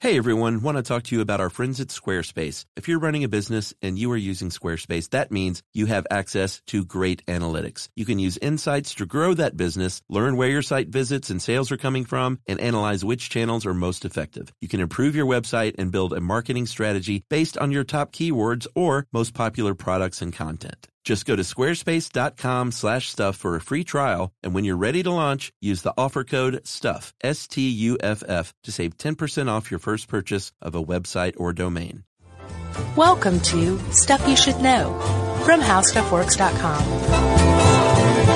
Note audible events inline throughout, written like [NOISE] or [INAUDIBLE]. Hey everyone, want to talk to you about our friends at Squarespace. If you're running a business and you are using Squarespace, that means you have access to great analytics. You can use insights to grow that business, learn where your site visits and sales are coming from, and analyze which channels are most effective. You can improve your website and build a marketing strategy based on your top keywords or most popular products and content. Just go to squarespace.com slash stuff for a free trial. And when you're ready to launch, use the offer code STUFF, S-T-U-F-F, to save 10% off your first purchase of a website or domain. Welcome to Stuff You Should Know from HowStuffWorks.com.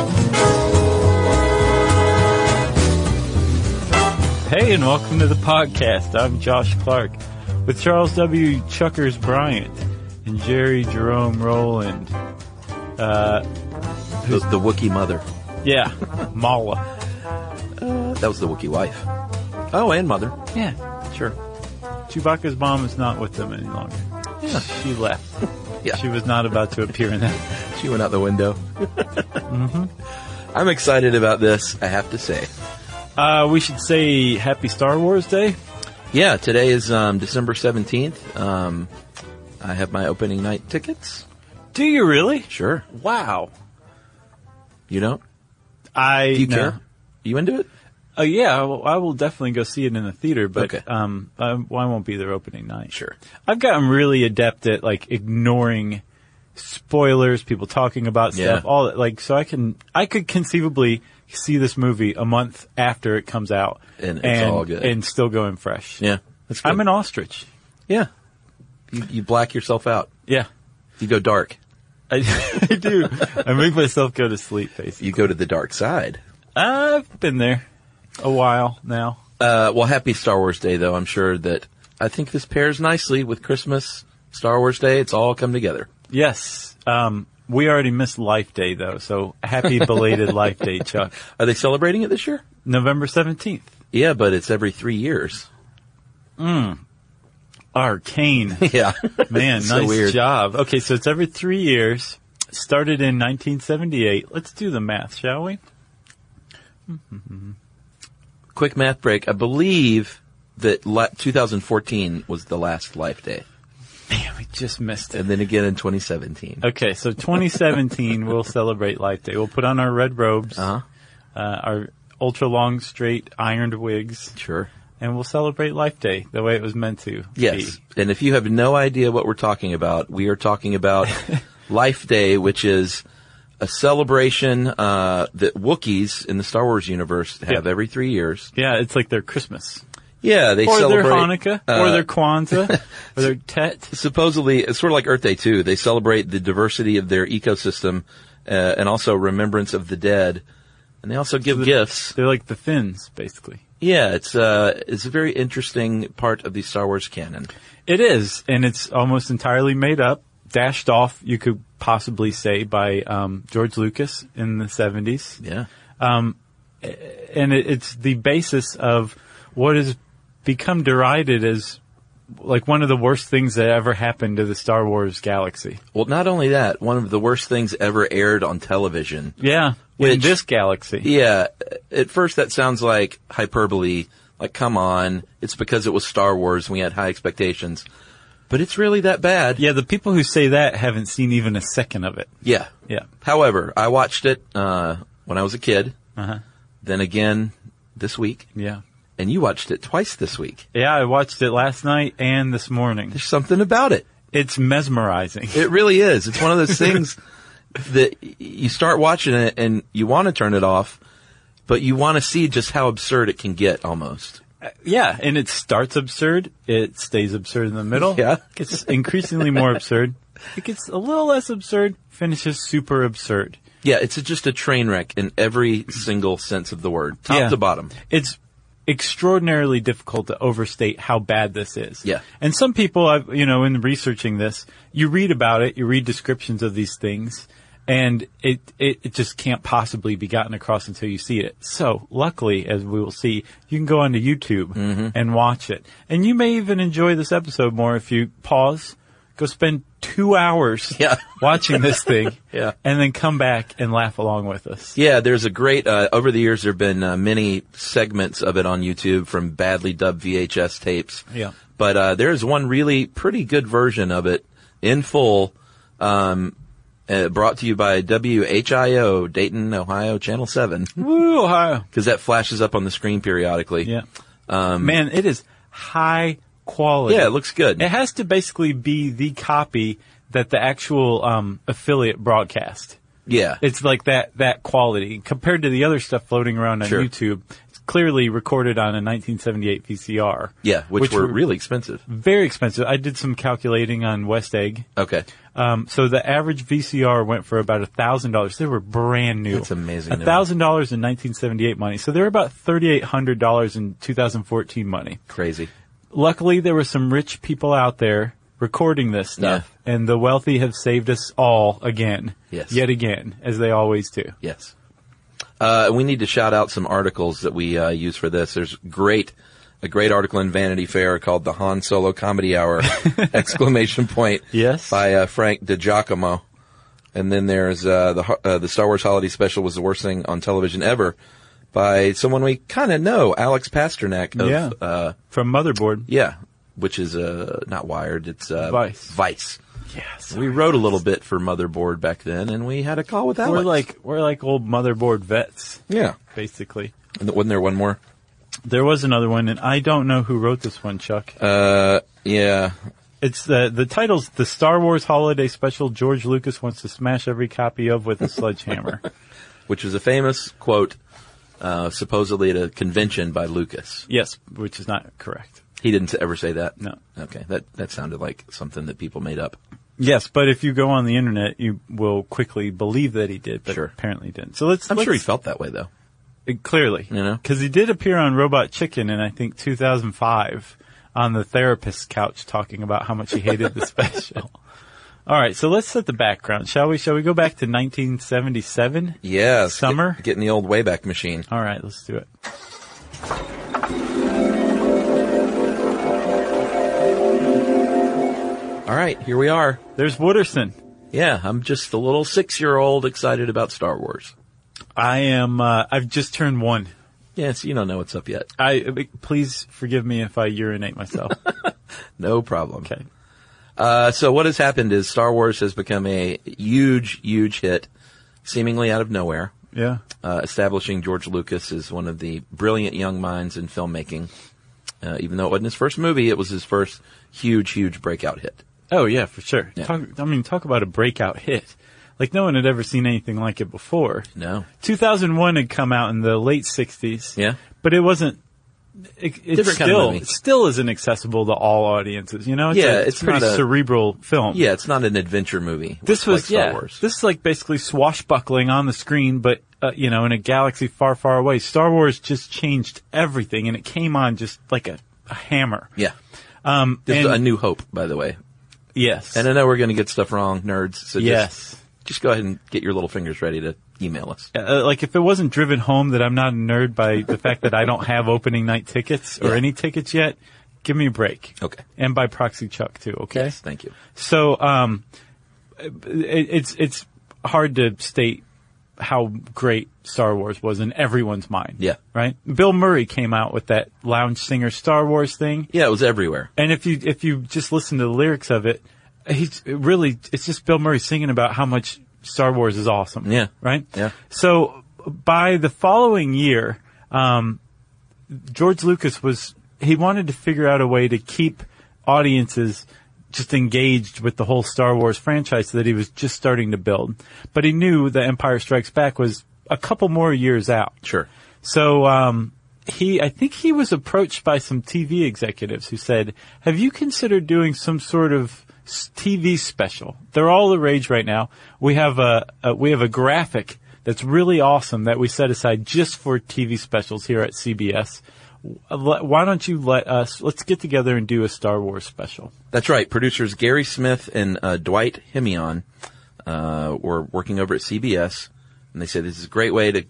Hey, and welcome to the podcast. I'm Josh Clark with Charles W. Chuckers Bryant and Jerry Jerome Rowland. Uh, The, the Wookiee mother. yeah, Mala. That was the Wookiee wife. Oh, and mother. Yeah, sure. Chewbacca's mom is not with them any longer. Yeah. She left. [LAUGHS] Yeah. She was not about to appear in that. She went out the window. [LAUGHS] I'm excited about this, I have to say. Uh, we should say Happy Star Wars Day. Yeah, today is um, December 17th. Um, I have my opening night tickets. Do you really? Sure. Wow. You don't? I Do you no. care? You into it? Oh yeah, I will, I will definitely go see it in the theater, but Okay. um, I, well, I won't be there opening night. Sure. I've gotten really adept at like ignoring spoilers, people talking about stuff, Yeah. all that. Like, so I can, I could conceivably see this movie a month after it comes out, And it's all good. and still going fresh. Yeah. That's I'm an ostrich. Yeah. You, you black yourself out. Yeah, You go dark. [LAUGHS] I, I do. I make myself go to sleep. Basically, You go to the dark side. I've been there a while now. Uh, well, happy Star Wars Day, though. I'm sure that I think this pairs nicely with Christmas, Star Wars Day. It's all come together. Yes. Um, we already missed Life Day though, so [LAUGHS] happy belated Life Day, Chuck. Are they celebrating it this year? November 17th. Yeah, but it's every three years. Arcane. [LAUGHS] Yeah. Man, So nice weird. job. Okay, so it's every three years. Started in 1978. Let's do the math, shall [LAUGHS] we? [LAUGHS] Quick math break. I believe that la- 2014 was the last Life Day, Man, we just missed it. and then again in 2017. Okay, so [LAUGHS] 2017, we'll celebrate Life Day. We'll put on our red robes, Uh huh. uh, our ultra long, straight, ironed wigs, Sure. and we'll celebrate Life Day the way it was meant to. Yes. be. And if you have no idea what we're talking about, we are talking [LAUGHS] about Life Day, which is a celebration uh, that Wookiees in the Star Wars universe have Yeah. every three years. Yeah, it's like their Christmas. Yeah, they Or their celebrate Hanukkah, or uh, [LAUGHS] their Kwanzaa, or their Tet. supposedly it's sort of like Earth Day too. They celebrate the diversity of their ecosystem uh, and also remembrance of the dead. And they also give gifts. They're like the Finns, basically. Yeah, it's uh, it's a very interesting part of the Star Wars canon. It is, and it's almost entirely made up, dashed off, you could possibly say, by um, George Lucas in the 70s. Yeah, And it, it's the basis of what has become derided as like one of the worst things that ever happened to the Star Wars galaxy. Well, not only that, one of the worst things ever aired on television. Yeah. in Which- this galaxy. Yeah, at first that sounds like hyperbole. Like, come on, it's because it was Star Wars and we had high expectations. But it's really that bad. yeah, the people who say that haven't seen even a second of it. Yeah. Yeah. However, I watched it uh, when I was a kid. Then again this week, Yeah. and you watched it twice this week. Yeah, I watched it last night and this morning. There's something about it. It's mesmerizing. It really is. It's one of those things that y- you start watching it and you want to turn it off, but you want to see just how absurd it can get almost. Yeah, and it starts absurd. It stays absurd in the middle. Yeah. Gets increasingly more absurd. It gets a little less absurd, finishes super absurd. Yeah, it's a- just a train wreck in every single sense of the word, top Yeah. to bottom. It's extraordinarily difficult to overstate how bad this is. Yeah. And some people, I've, you know, in researching this, you read about it, you read descriptions of these things, and it, it, it just can't possibly be gotten across until you see it. So luckily, as we will see, you can go onto YouTube Mm-hmm. and watch it. And you may even enjoy this episode more if you pause, go spend two hours Yeah. watching this thing, [LAUGHS] Yeah. and then come back and laugh along with us. Yeah, there's a great, uh, over the years there have been uh, many segments of it on YouTube from badly dubbed VHS tapes. Yeah. But uh, there is one really pretty good version of it in full, um, uh, brought to you by WHIO, Dayton, Ohio, Channel 7, Woo, Ohio. because that flashes up on the screen periodically. Yeah. Man, it is high quality. Um, Yeah, it looks good. It has to basically be the copy that the actual um, affiliate broadcast. Yeah. It's like that that quality compared to the other stuff floating around on Sure. YouTube. It's clearly recorded on a 1978 VCR. yeah, which, were, really expensive. very expensive. I did some calculating on West Egg. Okay. Um, so the average VCR went for about a thousand dollars. They were brand new. That's amazing A to me. thousand dollars in 1978 money. So they're about thirty-eight hundred dollars in 2014 money. Crazy. Luckily, there were some rich people out there recording this stuff, and the wealthy have saved us all again. Yes. Yet again, as they always do. Yes. Uh, we need to shout out some articles that we uh, use for this. There's great, a great article in Vanity Fair called "The Han Solo Comedy [LAUGHS] Hour!" exclamation point. Yes. By uh, Frank DiGiacomo. And then there's uh, the ho- uh, the Star Wars Holiday Special was the worst thing on television ever, by someone we kind of know, Alex Pasternak. Of, Yeah. Uh, From Motherboard. yeah. Which is uh, not Wired. It's uh, Vice. Vice. Yes. We wrote a little bit for Motherboard back then, and we had a call with Alex. We're like we're like old Motherboard vets, yeah. basically. And wasn't there one more? There was another one, and I don't know who wrote this one, Chuck. Uh, yeah. It's the the title's the Star Wars Holiday Special. George Lucas wants to smash every copy of with [LAUGHS] a sledgehammer. Which was a famous quote, uh, supposedly at a convention by Lucas. yes, which is not correct. He didn't ever say that. No. Okay. That, that sounded like something that people made up. Yes, but if you go on the internet, you will quickly believe that he did, but Sure. apparently he didn't. So let's. I'm let's, sure he felt that way though. uh, clearly, You know? because he did appear on Robot Chicken in I think 2005 on the therapist's couch talking about how much he hated the [LAUGHS] special. All right, so let's set the background, shall we? Shall we go back to 1977? Yes. Summer? Get, getting the old Wayback Machine. All right, let's do it. All right. Here we are. There's Wooderson. Yeah. I'm just a little six year old excited about Star Wars. I am. Uh, I've just turned one. Yes. You don't know what's up yet. I please forgive me if I urinate [LAUGHS] myself. No problem. okay. Uh, so what has happened is Star Wars has become a huge, huge hit, seemingly out of nowhere. Yeah. uh, establishing George Lucas as one of the brilliant young minds in filmmaking. Uh, even though it wasn't his first movie, it was his first huge, huge breakout hit. Oh yeah, for sure. Yeah. Talk, I mean, talk about a breakout hit. Like no one had ever seen anything like it before. No. 2001 had come out in the late 60s. Yeah. But it wasn't. It, it Different kind of still movie. it still isn't accessible to all audiences. You know, it's Yeah, a, it's pretty not a- cerebral film. Yeah, it's not an adventure movie. This like was Star yeah. Wars. This is like basically swashbuckling on the screen, but uh, you know, in a galaxy far, far away. Star Wars just changed everything, and it came on just like a, a hammer. yeah. Um, This and- is a new hope, by the way. yes, And I know we're going to get stuff wrong, nerds. So just, yes. just go ahead and get your little fingers ready to email us. Uh, like if it wasn't driven home that I'm not a nerd by the fact that I don't have opening night tickets or Yeah. any tickets yet, give me a break. Okay. And by proxy, Chuck too. Okay. Yes, thank you. So um, it, it's it's hard to state how great Star Wars was in everyone's mind. Yeah. Right. Bill Murray came out with that lounge singer Star Wars thing, Yeah, it was everywhere. and if you if you just listen to the lyrics of it, he's it really it's just Bill Murray singing about how much Star Wars is awesome. Yeah. Right. Yeah. So by the following year, um, George Lucas was he wanted to figure out a way to keep audiences just engaged with the whole Star Wars franchise that he was just starting to build. But he knew The Empire Strikes Back was a couple more years out. Sure. So um, he, I think he was approached by some TV executives who said, "Have you considered doing some sort of s- TV special? They're all the rage right now. We have a, a we have a graphic that's really awesome that we set aside just for TV specials here at CBS. le- why don't you let us, let's get together and do a Star Wars special. That's right. Producers Gary Smith and uh, Dwight Hemion uh, were working over at CBS, and they said this is a great way to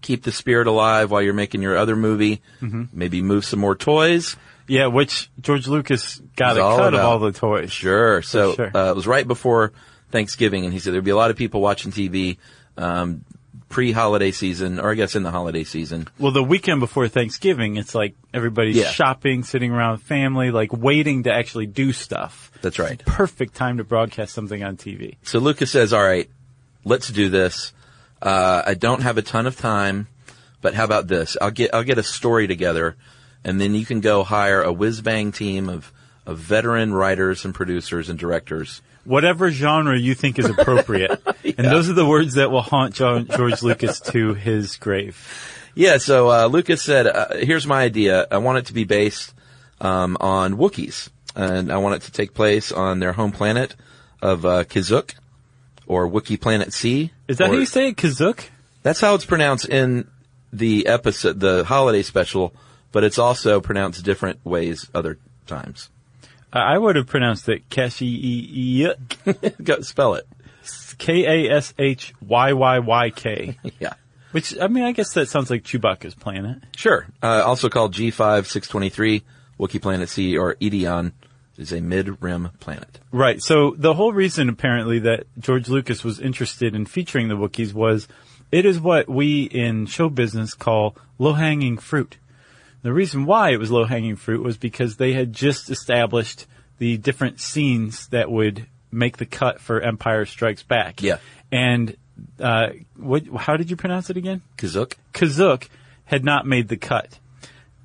keep the spirit alive while you're making your other movie. Maybe move some more toys. Yeah, which George Lucas got It's a all cut about- of all the toys. Sure. So sure. Uh, it was right before Thanksgiving, and he said there'd be a lot of people watching TV um, pre-holiday season, or I guess in the holiday season. Well, the weekend before Thanksgiving, it's like everybody's Yeah. shopping, sitting around with family, like waiting to actually do stuff. That's right. Perfect time to broadcast something on TV. So Lucas says, "All right, let's do this. Uh, I don't have a ton of time, but how about this? I'll get I'll get a story together, and then you can go hire a whiz bang team of of veteran writers and producers and directors. Whatever genre you think is appropriate. [LAUGHS] And those are the words that will haunt Jo- George Lucas to his grave. Yeah. So uh, Lucas said, uh, "Here's my idea. I want it to be based um, on Wookiees, and I want it to take place on their home planet of uh, Kizuk, or Wookiee Planet C. Is that or- how you say it? Kazook? That's how it's pronounced in the episode, the holiday special, but it's also pronounced different ways other times. [LAUGHS] I I would have pronounced it Kashi Go spell it. K A S H Y Y Y K. Yeah. Which, I mean, I guess that sounds like Chewbacca's planet. Sure. Uh, also called G5623, Wookiee Planet C, or Edeon, is a mid-rim planet. Right. So the whole reason apparently that George Lucas was interested in featuring the Wookiees was it is what we in show business call low hanging fruit. The reason why it was low hanging fruit was because they had just established the different scenes that would make the cut for Empire Strikes Back. Yeah. And uh, what? How did you pronounce it again? Kazook? Kazook had not made the cut.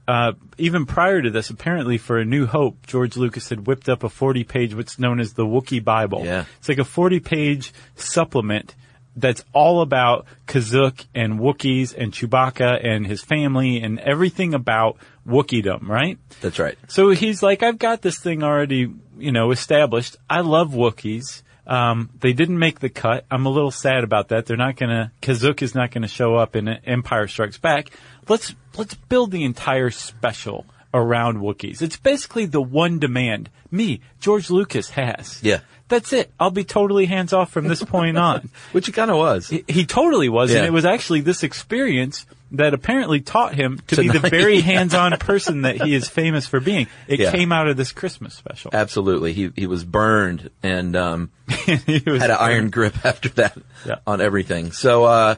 Uh, even prior to this, apparently for A New Hope, George Lucas had whipped up a 40 page, what's known as the Wookiee Bible. Yeah. It's like a 40 page supplement that's all about Kazook and Wookiees and Chewbacca and his family and everything about Wookiedom, right? That's right. So he's like, I've got this thing already, you know, established. I love Wookiees. Um, they didn't make the cut. I'm a little sad about that. They're not gonna, Kazook is not gonna show up in Empire Strikes Back. Let's, let's build the entire special around Wookiees. It's basically the one demand me, George Lucas, has. Yeah. That's it. I'll be totally hands off from this point on. Which it kind of was. He- He totally was, and Yeah. it was actually this experience that apparently taught him to be the Tonight. very hands-on person that he is famous for being. It Yeah. came out of this Christmas special. [LAUGHS] Absolutely. He, he was burned and, um, It was- had an iron grip [LAUGHS] after that Yeah. on everything. So uh,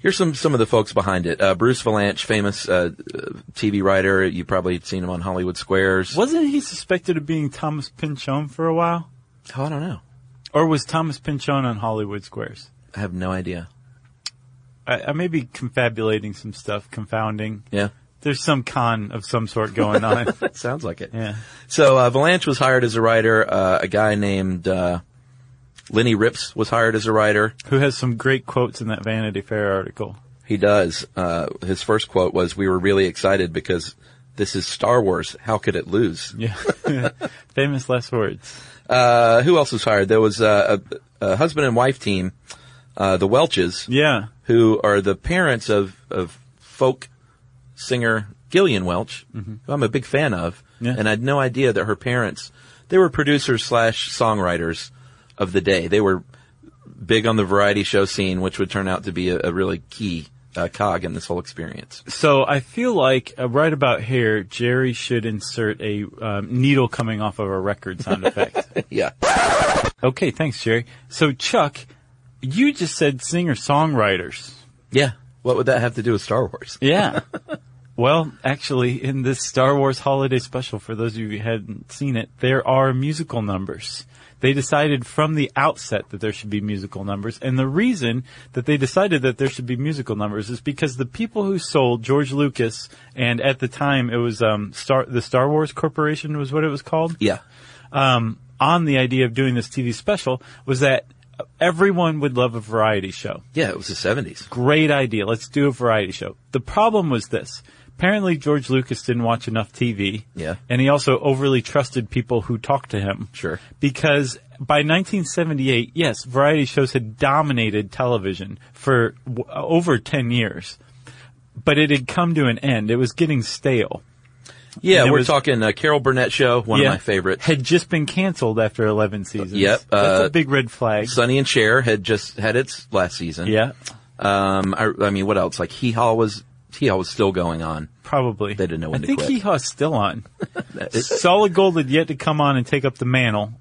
here's some some of the folks behind it. Uh, Bruce Valanche, famous uh, uh, TV writer. You probably have seen him on Hollywood Squares. Wasn't he suspected of being Thomas Pinchon for a while, Oh, I don't know. or was Thomas Pinchon on Hollywood Squares? I have no idea. I, I may be confabulating some stuff, confounding. Yeah, There's some con of some sort going on. [LAUGHS] that sounds like it. yeah. So uh, Valanche was hired as a writer. Uh, a guy named uh, Lenny Rips was hired as a writer. Who has some great quotes in that Vanity Fair article? He does. Uh, his first quote was, "We were really excited because." This is Star Wars. How could it lose? Yeah. [LAUGHS] Famous last words. Uh, who else was hired? There was uh, a, a husband and wife team, uh, the Welches, Yeah. who are the parents of, of folk singer Gillian Welch, who I'm a big fan of. Mm-hmm. Yeah. And I had no idea that her parents, they were producers slash songwriters of the day. They were big on the variety show scene, which would turn out to be a, a really key uh, cog in this whole experience. [LAUGHS] So I feel like uh, right about here, Jerry should insert a um, needle coming off of a record [LAUGHS] sound effect. Yeah. okay, thanks, Jerry. So Chuck, you just said singer songwriters. Yeah. What would that have to do with Star Wars? Yeah. [LAUGHS] well, actually, in this Star Wars holiday special, for those of you who hadn't seen it, there are musical numbers. They decided from the outset that there should be musical numbers, and the reason that they decided that there should be musical numbers is because the people who sold George Lucas, and at the time it was um, Star the Star Wars Corporation was what it was called Yeah. um, on the idea of doing this TV special was that everyone would love a variety show Yeah, it was the 70s. great idea. Let's do a variety show. The problem was this. Apparently George Lucas didn't watch enough TV. Yeah. And he also overly trusted people who talked to him. Sure. Because by 1978, yes, variety shows had dominated television for w- over 10 years. but it had come to an end. It was getting stale. Yeah, There we're was- talking uh, Carol Burnett show, one Yeah. of my favorites. Had just been canceled after 11 seasons. Yep, That's uh, a big red flag. Sonny and Cher had just had its last season. yeah, Um, I, I mean, what else? Like Hee Haw was Hee Haw was still going on. probably. They didn't know when I to think quit. Hee Haw's still [LAUGHS] on. Solid Gold had yet to come on and take up the mantle.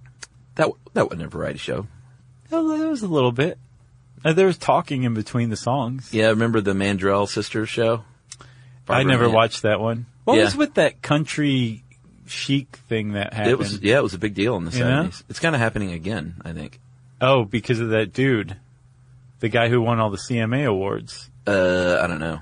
That that wasn't a variety show. Oh, There was a little bit. Uh, There was talking in between the songs. Yeah, remember the Mandrell sisters show? I Barbara never Man- watched that one. What Yeah. was with that country chic thing that happened? It was yeah, it was a big deal in the You know? seventies. It's kind of happening again, I think. Oh, because of that dude, the guy who won all the CMA awards. Uh, I don't know.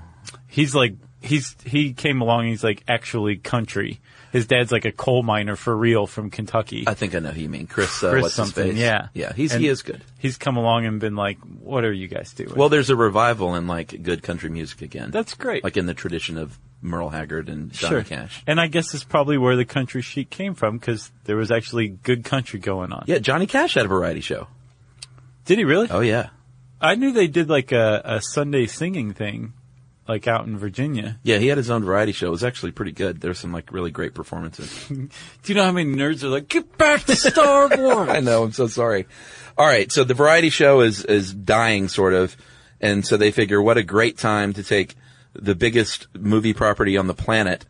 He's like he's he came along. and He's like actually country. His dad's like a coal miner for real from Kentucky. I think I know who you mean, Chris. Uh, Chris what's something, his face? yeah. yeah. He's And- he is good. He's come along and been like, "What are you guys doing?" Well, there's a revival in like good country music again. that's great. like in the tradition of Merle Haggard and Johnny sure. Cash. And I guess it's probably where the country chic came from because there was actually good country going on. Yeah, Johnny Cash had a variety show. Did he really? Oh yeah, I knew they did like a, a Sunday singing thing, like out in Virginia. yeah. He had his own variety show. It was actually pretty good. There's some like really great performances. Do you know how many nerds are like, "Get back to [LAUGHS] Star Wars"? I know. I'm so sorry. All right. So the variety show is, is dying sort of. And so they figure what a great time to take the biggest movie property on the planet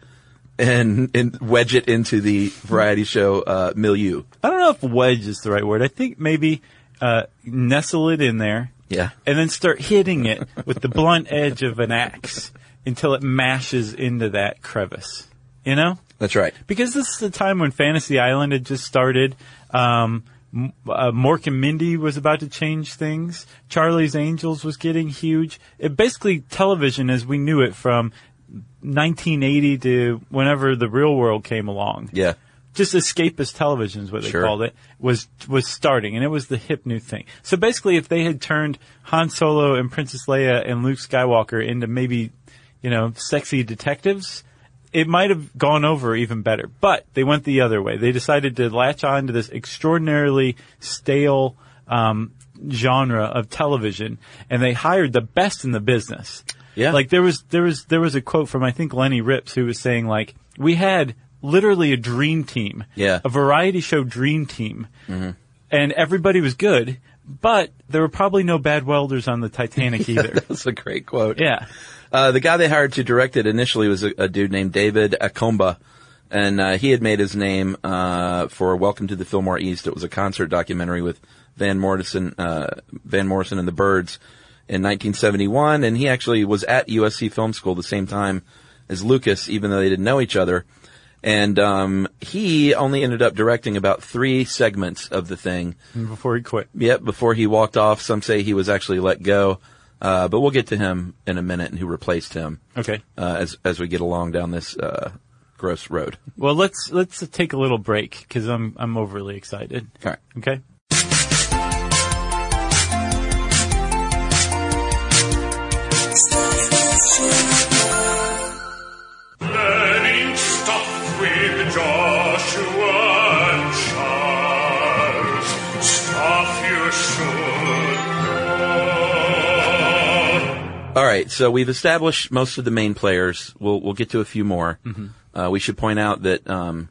and, and wedge it into the variety show, uh, milieu. I don't know if wedge is the right word. I think maybe uh, nestle it in there Yeah. and then start hitting it with the blunt edge of an axe until it mashes into that crevice. You know? That's right. Because this is the time when Fantasy Island had just started. Um, M- uh, Mork and Mindy was about to change things. Charlie's Angels was getting huge. It basically television as we knew it from 1980 to whenever the real world came along Yeah. just escapist television is what they Sure. called it was was starting and it was the hip new thing so basically if they had turned han solo and princess leia and luke skywalker into maybe you know sexy detectives it might have gone over even better but they went the other way they decided to latch on to this extraordinarily stale um, genre of television and they hired the best in the business Yeah. like there was there was there was a quote from I think Lenny Rips who was saying like we had literally a dream team, Yeah. Mm-hmm. a variety show dream team, and everybody was good, but there were probably no bad welders on [LAUGHS] the Titanic either. That's a great quote. yeah, Uh, the guy they hired to direct it initially was a, a dude named David Akomba. And uh, he had made his name uh, for Welcome to the Fillmore East. It was a concert documentary with Van Morrison, uh, Van Morrison and the Birds in 1971. And he actually was at USC Film School the same time as Lucas, even though they didn't know each other. And um, he only ended up directing about three segments of the thing. before he quit. Yep, before he walked off. Some say he was actually let go. Uh, but we'll get to him in a minute and who replaced him Okay, uh, as as we get along down this uh, gross road. well let's let's take a little break because I'm I'm overly excited. All right. Okay. Learning stuff with Joshua and Charles. Stuff you should know. All right. So we've established most of the main players. We'll we'll get to a few more. Uh, we should point out that um,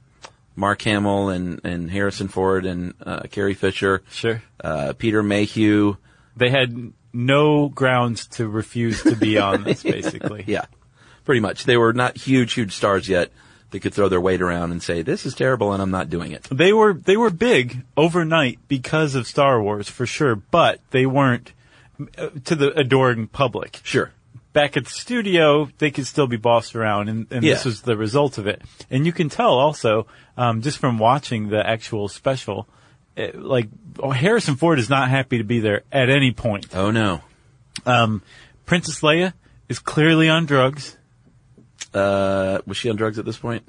Mark Hamill and and Harrison Ford and uh, Carrie Fisher, Sure. uh, Peter Mayhew. They had no grounds to refuse to be on [LAUGHS] this basically. Yeah, pretty much. They were not huge huge stars yet. They could throw their weight around and say this is terrible and I'm not doing it. They were they were big overnight because of Star Wars for sure, but they weren't uh, to the adoring public. Sure. Back at the studio, they could still be bossed around, and, and this Yeah. was the result of it. And you can tell also um, just from watching the actual special, it, like oh, Harrison Ford is not happy to be there at any point. Oh no. Um, Princess Leia is clearly on drugs. Uh, was she on drugs at this point?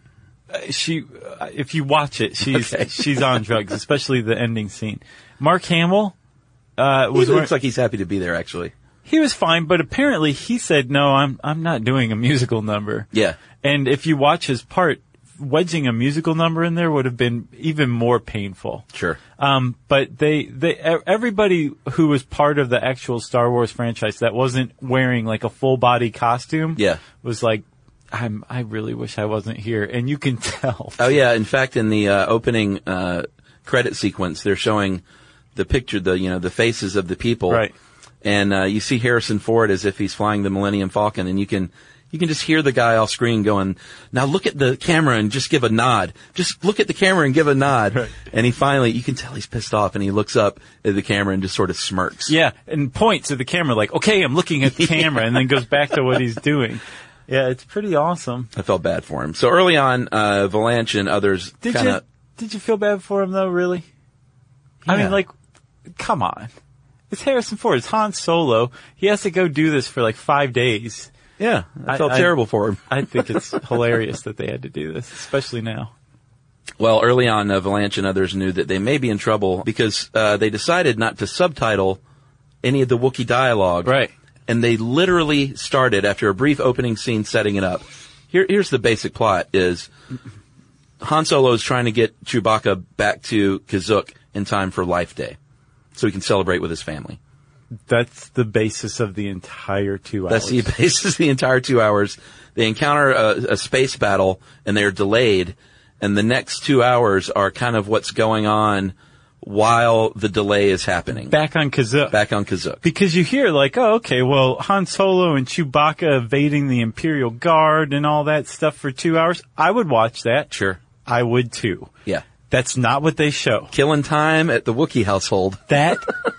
she uh, if you watch it she's Okay. she's on drugs especially the ending scene mark hamill uh, He looks was wearing- like he's happy to be there actually. he was fine but apparently he said no i'm i'm not doing a musical number Yeah. and if you watch his part wedging a musical number in there would have been even more painful. Sure. Um, but they, they, e- everybody who was part of the actual Star Wars franchise that wasn't wearing like a full body costume, Yeah. was like, I'm, I really wish I wasn't here, and you can [LAUGHS] tell. Oh yeah. In fact, in the uh, opening uh, credit sequence, they're showing the picture, the you know the faces of the people, Right. And uh, you see Harrison Ford as if he's flying the Millennium Falcon, and you can you can just hear the guy off screen going, "Now look at the camera and just give a nod. Just look at the camera and give a nod." And he finally, you can tell he's pissed off, and he looks up at the camera and just sort of smirks. Yeah, and points at the camera like, okay, I'm looking [LAUGHS] at the camera, and then goes back to what he's doing. Yeah, it's pretty awesome. I felt bad for him. So early on, uh, Valanche and others Did kind you of. did you feel bad for him though? Really? I Yeah. mean, like, come on. It's Harrison Ford. It's Han Solo. He has to go do this for like five days. Yeah, I, I- felt I- terrible for him. I think it's hilarious that they had to do this, especially now. Well, early on, uh, Valanche and others knew that they may be in trouble because uh, they decided not to subtitle any of the Wookiee dialogue. Right. And they literally started after a brief opening scene setting it up. Here, here's the basic plot is Han Solo is trying to get Chewbacca back to Kazook in time for Life Day so he can celebrate with his family. That's the basis of the entire two hours. That's the [LAUGHS] basis the entire two hours. They encounter a, a space battle and they're delayed. And the next two hours are kind of what's going on while the delay is happening. Back, back on Kazook. on Kazook. Because you hear like, oh, okay, well, Han Solo and Chewbacca evading the Imperial Guard and all that stuff for two hours. I would watch that. Sure. I would too. Yeah. That's not what they show. Killing time at the Wookiee household. That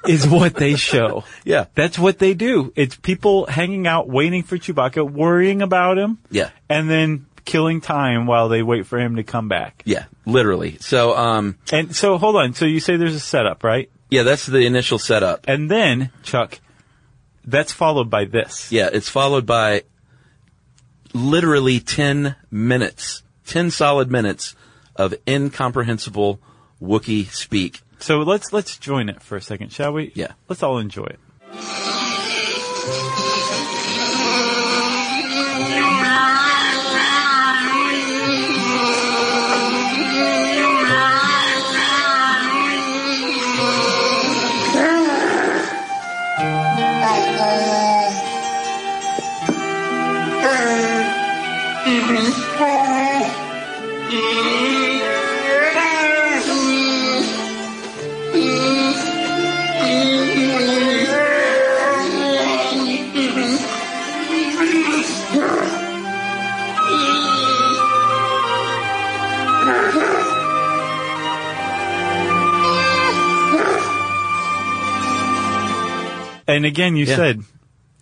is what they show. [LAUGHS] Yeah. That's what they do. It's people hanging out, waiting for Chewbacca, worrying about him. Yeah. And then killing time while they wait for him to come back. Yeah. Literally. So, um, And so hold on. So you say there's a setup, right? yeah, that's the initial setup. And then, Chuck, that's followed by this. Yeah. It's followed by literally 10 minutes, 10 solid minutes of incomprehensible Wookiee speak. So let's let's join it for a second, shall we? Yeah. Let's all enjoy it. And again, you Yeah. said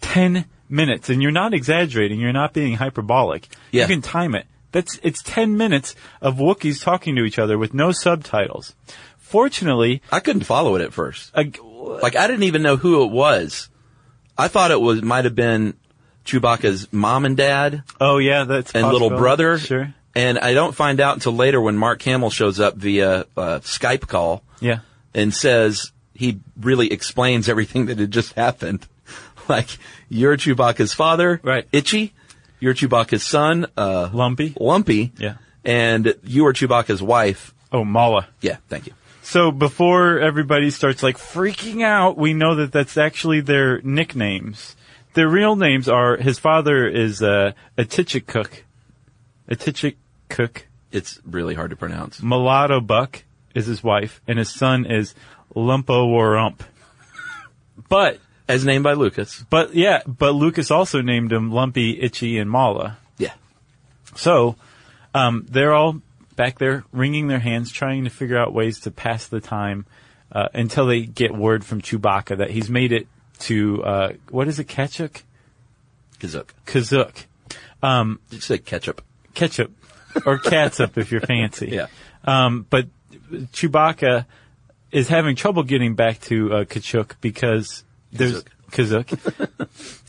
10 minutes, and you're not exaggerating. You're not being hyperbolic. Yeah. You can time it. That's, it's 10 minutes of Wookiees talking to each other with no subtitles. Fortunately, I couldn't follow it at first. ag- Like I didn't even know who it was. I thought it was might have been Chewbacca's mom and dad oh yeah, that's and little possible. brother. Sure. And I don't find out until later when Mark Hamill shows up via uh, Skype call Yeah. and says he really explains everything that had just happened. [LAUGHS] Like you're Chewbacca's father, Right. Itchy. You're Chewbacca's son, uh, Lumpy. Lumpy. Yeah. And you are Chewbacca's wife. Oh, Mala. Yeah. Thank you. So before everybody starts like freaking out, we know that that's actually their nicknames. Their real names are his father is uh, Atichikuk, Atichikuk It's really hard to pronounce. Mulatto Buck is his wife, and his son is Lumpo Warump. But As named by Lucas. but yeah, but Lucas also named him Lumpy, Itchy, and Mala. Yeah. So um, they're all back there wringing their hands, trying to figure out ways to pass the time uh, until they get word from Chewbacca that he's made it to uh, what is it, Ketchuk? Kazook. Kazook, Just say ketchup. ketchup, or catsup if you're fancy. [LAUGHS] Yeah. Um, but Chewbacca is having trouble getting back to uh, Kachuk because there's Kazuk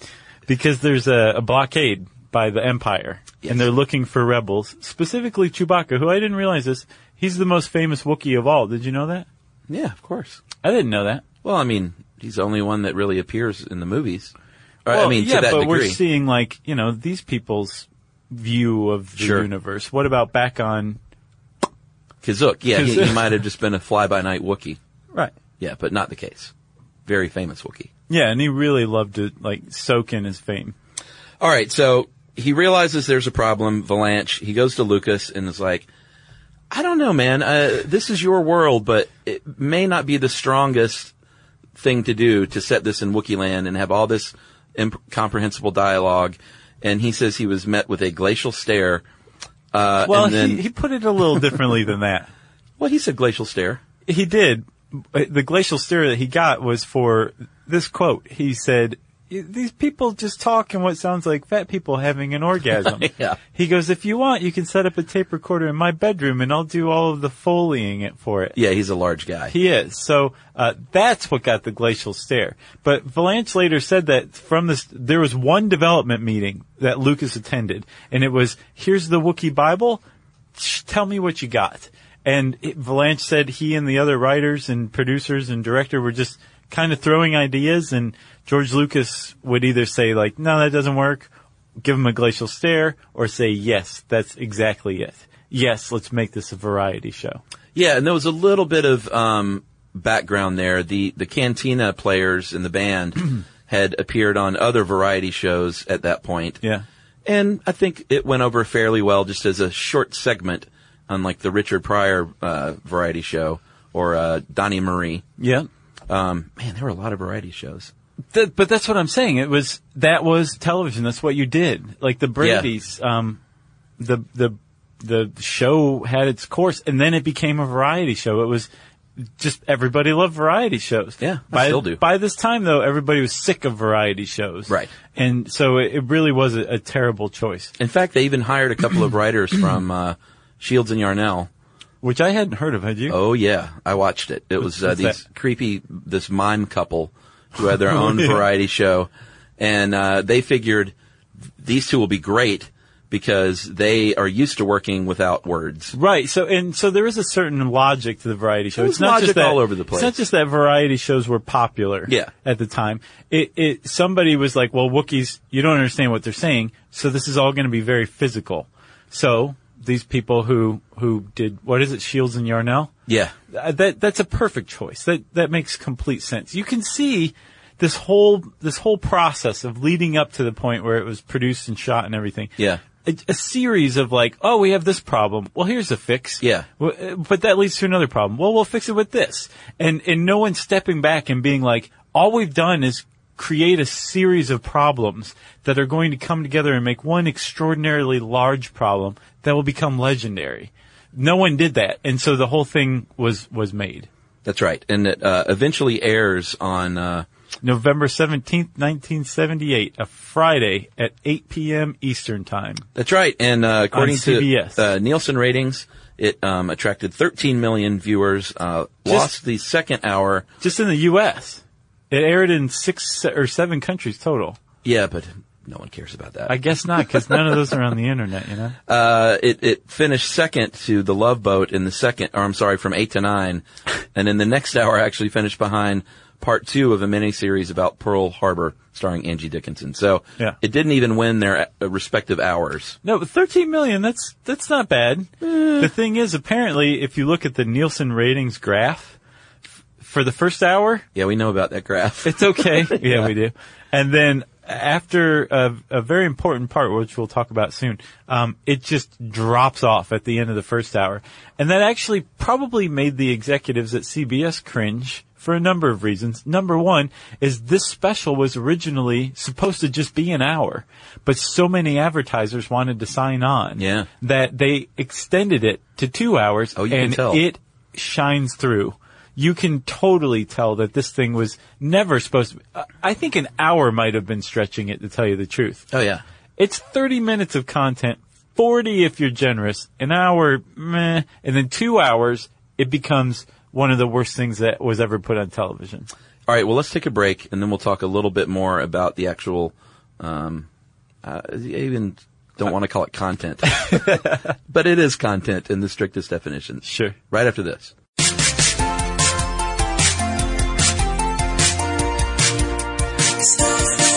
[LAUGHS] because there's a, a blockade by the Empire, Yes. and they're looking for rebels, specifically Chewbacca, who I didn't realize this. He's the most famous Wookiee of all. Did you know that? Yeah, of course. I didn't know that. Well, I mean, he's the only one that really appears in the movies. Or, I Well, mean, yeah, to that but degree. we're seeing like you know these people's view of the Sure. universe. What about back on Kazook. Yeah, he, Kazook. he might have just been a fly by night Wookiee. right? Yeah, but not the case. Very famous Wookiee. Yeah, and he really loved to like soak in his fame. All right, so he realizes there's a problem. Valanche. He goes to Lucas and is like, "I don't know, man. Uh, this is your world, but it may not be the strongest thing to do to set this in Wookiee land and have all this incomprehensible dialogue." And he says he was met with a glacial stare. Uh, Well, and then, he, he put it a little differently than that. well, he said glacial stare. He did. The glacial stare that he got was for this quote. He said, "These people just talk in what sounds like fat people having an orgasm." [LAUGHS] Yeah. He goes, "If you want, you can set up a tape recorder in my bedroom, and I'll do all of the foleying it for it." Yeah, he's a large guy. He is. So uh, that's what got the glacial stare. But Valanche later said that from this, there was one development meeting that Lucas attended, and it was here's the Wookiee Bible. Shh, Tell me what you got. And it, Valanche said he and the other writers and producers and director were just kind of throwing ideas, and George Lucas would either say like, "No, that doesn't work," give him a glacial stare, or say, "Yes, that's exactly it. Yes, let's make this a variety show." Yeah, and there was a little bit of um, background there. The the Cantina players in the band had appeared on other variety shows at that point. Yeah. And I think it went over fairly well just as a short segment, unlike the Richard Pryor uh, variety show or uh, Donnie Marie. Yeah. Um, man, there were a lot of variety shows. Th- but that's what I'm saying. It was that was television. That's what you did. Like the Brady's, um, the the the show had its course, and then it became a variety show. It was just everybody loved variety shows. Yeah, I by, still do. By this time, though, everybody was sick of variety shows. Right. and so it, it really was a, a terrible choice, In fact, they even hired a couple of writers from uh, Shields and Yarnell. which I hadn't heard of. Had you? Oh yeah, I watched it. It was uh, what's these creepy this mime couple who had their [LAUGHS] Oh, own variety show, and uh, they figured these two will be great because they are used to working without words. Right. So and so there is a certain logic to the variety show. There's It's not logic just that, all over the place. It's not just that variety shows were popular Yeah. at the time. It it somebody was like, "Well, Wookiees, you don't understand what they're saying, so this is all going to be very physical." So, these people who who did what is it? Shields and Yarnell? Yeah, Uh, that that's a perfect choice. That that makes complete sense. You can see this whole this whole process of leading up to the point where it was produced and shot and everything. Yeah. A, a series of like, oh, we have this problem. Well, here's a fix. Yeah. W- uh, but that leads to another problem. Well, we'll fix it with this. And and no one stepping back and being like, all we've done is create a series of problems that are going to come together and make one extraordinarily large problem that will become legendary. No one did that, and so the whole thing was was made. that's right. And it uh, eventually airs on. Uh, November 17th, 1978, a Friday at 8 p.m. Eastern Time. that's right. And uh, according to CBS. uh, Nielsen ratings, it um, attracted 13 million viewers. Uh, lost the second hour. Just in the U.S. It aired in six or seven countries total. Yeah, but no one cares about that. I guess not, because none of those are on the internet, you know? Uh, it, it finished second to the Love Boat in the second, or I'm sorry, from eight to nine, and in the next hour actually finished behind part two of a miniseries about Pearl Harbor starring Angie Dickinson. So Yeah. it didn't even win their uh, respective hours. No, but 13 million, that's, that's not bad. The thing is, apparently, if you look at the Nielsen ratings graph, f- for the first hour, Yeah, we know about that graph. It's okay. yeah, we do. And then after a, a very important part, which we'll talk about soon, um, it just drops off at the end of the first hour. And that actually probably made the executives at CBS cringe for a number of reasons. Number one is this special was originally supposed to just be an hour, but so many advertisers wanted to sign on Yeah. that they extended it to two hours Oh, you can and tell. it shines through. You can totally tell that this thing was never supposed to. Be, I- I think an hour might have been stretching it to tell you the truth. [LAUGHS] oh yeah. It's 30 minutes of content, 40 if you're generous, an hour, meh, and then two hours, it becomes one of the worst things that was ever put on television. All right. Well, let's take a break and then we'll talk a little bit more about the actual, um, uh, I even don't want to call it [LAUGHS] content, but it is content in the strictest definition. Sure. Right after this.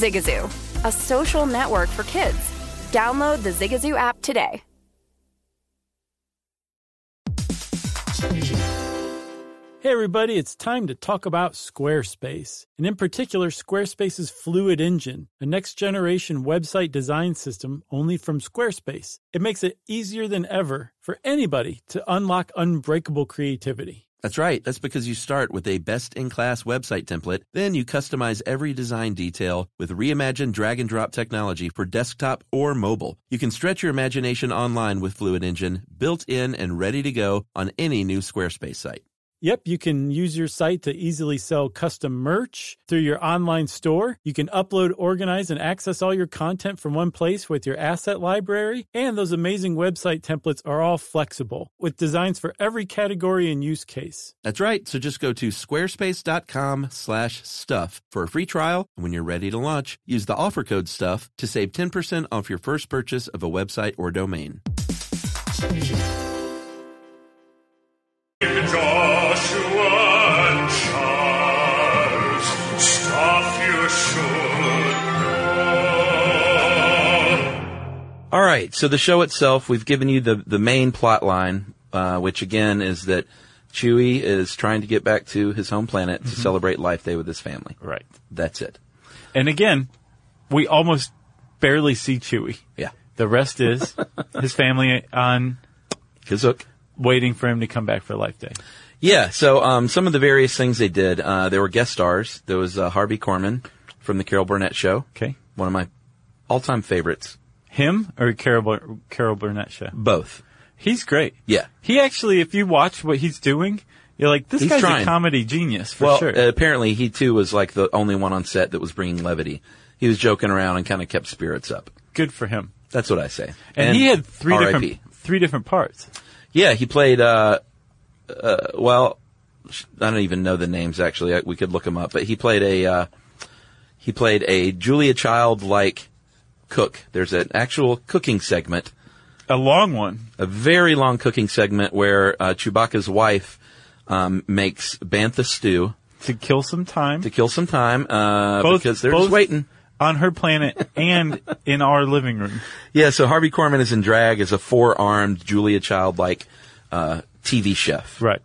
Zigazoo, a social network for kids. Download the Zigazoo app today. Hey, everybody, it's time to talk about Squarespace, and in particular, Squarespace's Fluid Engine, a next generation website design system only from Squarespace. It makes it easier than ever for anybody to unlock unbreakable creativity. That's right. That's because you start with a best in class website template, then you customize every design detail with reimagined drag and drop technology for desktop or mobile. You can stretch your imagination online with Fluid Engine, built in and ready to go on any new Squarespace site. Yep, you can use your site to easily sell custom merch through your online store. You can upload, organize, and access all your content from one place with your asset library. And those amazing website templates are all flexible with designs for every category and use case. That's right. So just go to squarespace.com slash stuff for a free trial. And when you're ready to launch, use the offer code stuff to save 10% off your first purchase of a website or domain. Joshua and Charles, stuff you should know. All right. So the show itself, we've given you the, the main plot line, uh, which again is that Chewie is trying to get back to his home planet Mm-hmm. to celebrate Life Day with his family. Right. That's it. And again, we almost barely see Chewie. Yeah. The [LAUGHS] rest is his family on Kazook. waiting for him to come back for Life Day. Yeah. So um, some of the various things they did, uh, there were guest stars. There was uh, Harvey Korman from the Carol Burnett Show. Okay. One of my all-time favorites. Him or Carol, Bur- Carol Burnett show? Both. He's great. Yeah. He actually, if you watch what he's doing, you're like, this He's guy's trying. a comedy genius for well, sure. uh, apparently he too was like the only one on set that was bringing levity. He was joking around and kind of kept spirits up. Good for him. That's what I say. And, he had three RIP. different three different parts. Yeah, he played. Uh, uh, well, sh- I don't even know the names actually. I, we could look him up, but he played a uh, he played a Julia Child like cook. There's an actual cooking segment, A long one. a very long cooking segment where uh, Chewbacca's wife um, makes bantha stew to kill some time to kill some time uh, because they're just waiting. on her planet and in our living room. Yeah, so Harvey Korman is in drag as a four armed Julia Child like uh, TV chef. Right.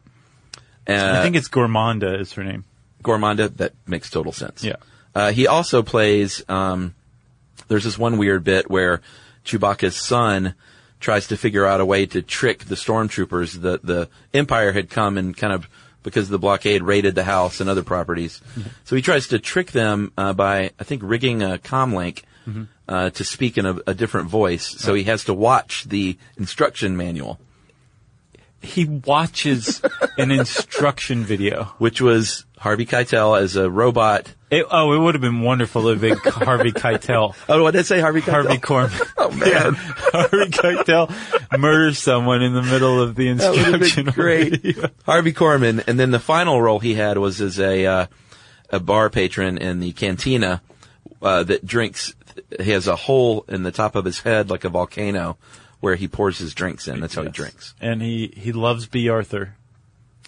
I Uh, think it's Gormanda is her name. Gormanda, that makes total sense. Yeah. Uh, he also plays, um, there's this one weird bit where Chewbacca's son tries to figure out a way to trick the stormtroopers. The, the Empire had come and kind of, because of the blockade, raided the house and other properties. So he tries to trick them, uh, by, I think, rigging a comlink. Uh, to speak in a, a different voice, so he has to watch the instruction manual, He watches an instruction video. which was Harvey Keitel as a robot. It, oh, it would have been wonderful if it Harvey Keitel, Oh, what did I say? Harvey Keitel. Harvey Korman, Oh man, Harvey Keitel murders someone in the middle of the That would have been instruction. [LAUGHS] great. video. Harvey Korman, and then the final role he had was as a uh, a bar patron in the cantina uh, that drinks. He has a hole in the top of his head like a volcano where he pours his drinks in. That's how he drinks. And he, he loves B. Arthur.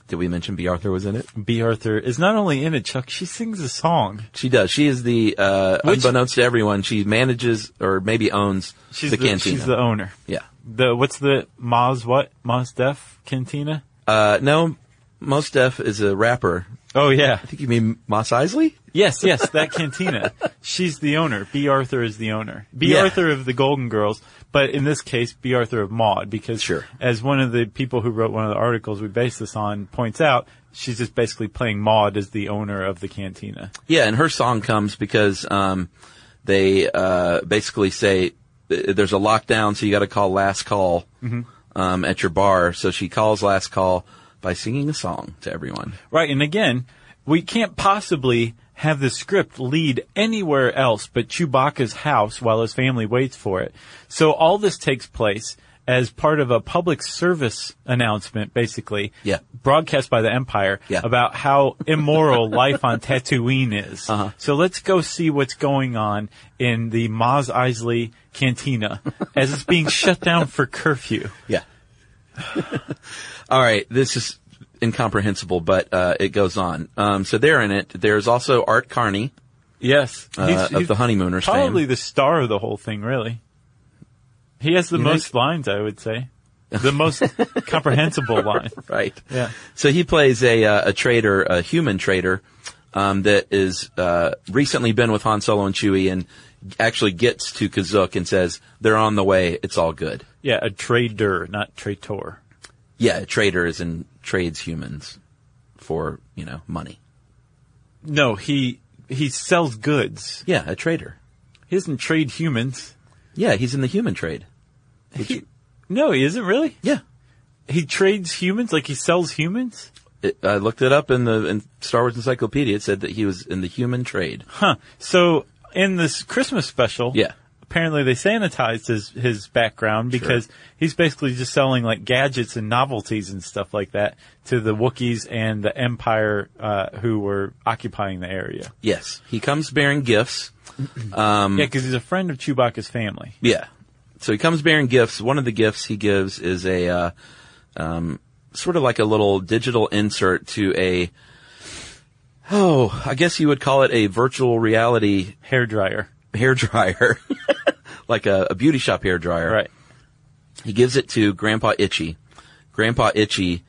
Did we mention B. Arthur was in it? B. Arthur is not only in it, Chuck, she sings a song. She does. She is the uh, Which- unbeknownst to everyone. She manages or maybe owns She's the, the, cantina. she's the owner. yeah. The, what's the Maz what? Maz Def Cantina? Uh, no, Mos Def is a rapper. Oh yeah. I think you mean Moss Isley. Yes, yes, that cantina. She's the owner. B. Arthur is the owner. B. Yeah. Arthur of the Golden Girls, but in this case, B. Arthur of Maud, because Sure. as one of the people who wrote one of the articles we based this on points out, she's just basically playing Maud as the owner of the cantina. Yeah, and her song comes because um, they uh, basically say th- there's a lockdown, so you got to call last call um, at your bar. So she calls last call by singing a song to everyone. Right, and again, we can't possibly have the script lead anywhere else but Chewbacca's house while his family waits for it. So all this takes place as part of a public service announcement, basically, Yeah. broadcast by the Empire Yeah. about how [LAUGHS] immoral life on Tatooine is. Uh-huh. So let's go see what's going on in the Maz Eisley cantina as it's being shut down for curfew. Yeah. [LAUGHS] All right, this is incomprehensible, but uh, it goes on. Um, so they're in it. There's also Art Carney. Yes, Uh, of the Honeymooners fame. Probably the star of the whole thing, really. He has the You most think? lines, I would [LAUGHS] say. The most comprehensible line. Right. Yeah. So he plays a uh, a traitor, a human traitor, um, that is uh, recently been with Han Solo and Chewie, and actually gets to Kazook and says they're on the way. It's all good. Yeah, a trader, not traitor. Yeah, a traitor is in trades humans for you know money. No, he he sells goods. Yeah, a traitor. He doesn't trade humans. Yeah, he's in the human trade. He- no, he isn't really. Yeah, He trades humans, like he sells humans. it, I looked it up in the in Star Wars Encyclopedia. It said that he was in the human trade. Huh. So in this Christmas special, Yeah. apparently they sanitized his his background because he's basically just selling like gadgets and novelties and stuff like that to the Wookiees and the Empire uh, who were occupying the area. Yes, he comes bearing gifts. Mm. Yeah, because he's a friend of Chewbacca's family. Yeah. So he comes bearing gifts. One of the gifts he gives is a uh, um, sort of like a little digital insert to a oh, I guess you would call it a virtual reality Hair dryer. hair dryer, [LAUGHS] like a, a beauty shop hair dryer. Right. He gives it to Grandpa Itchy. Grandpa Itchy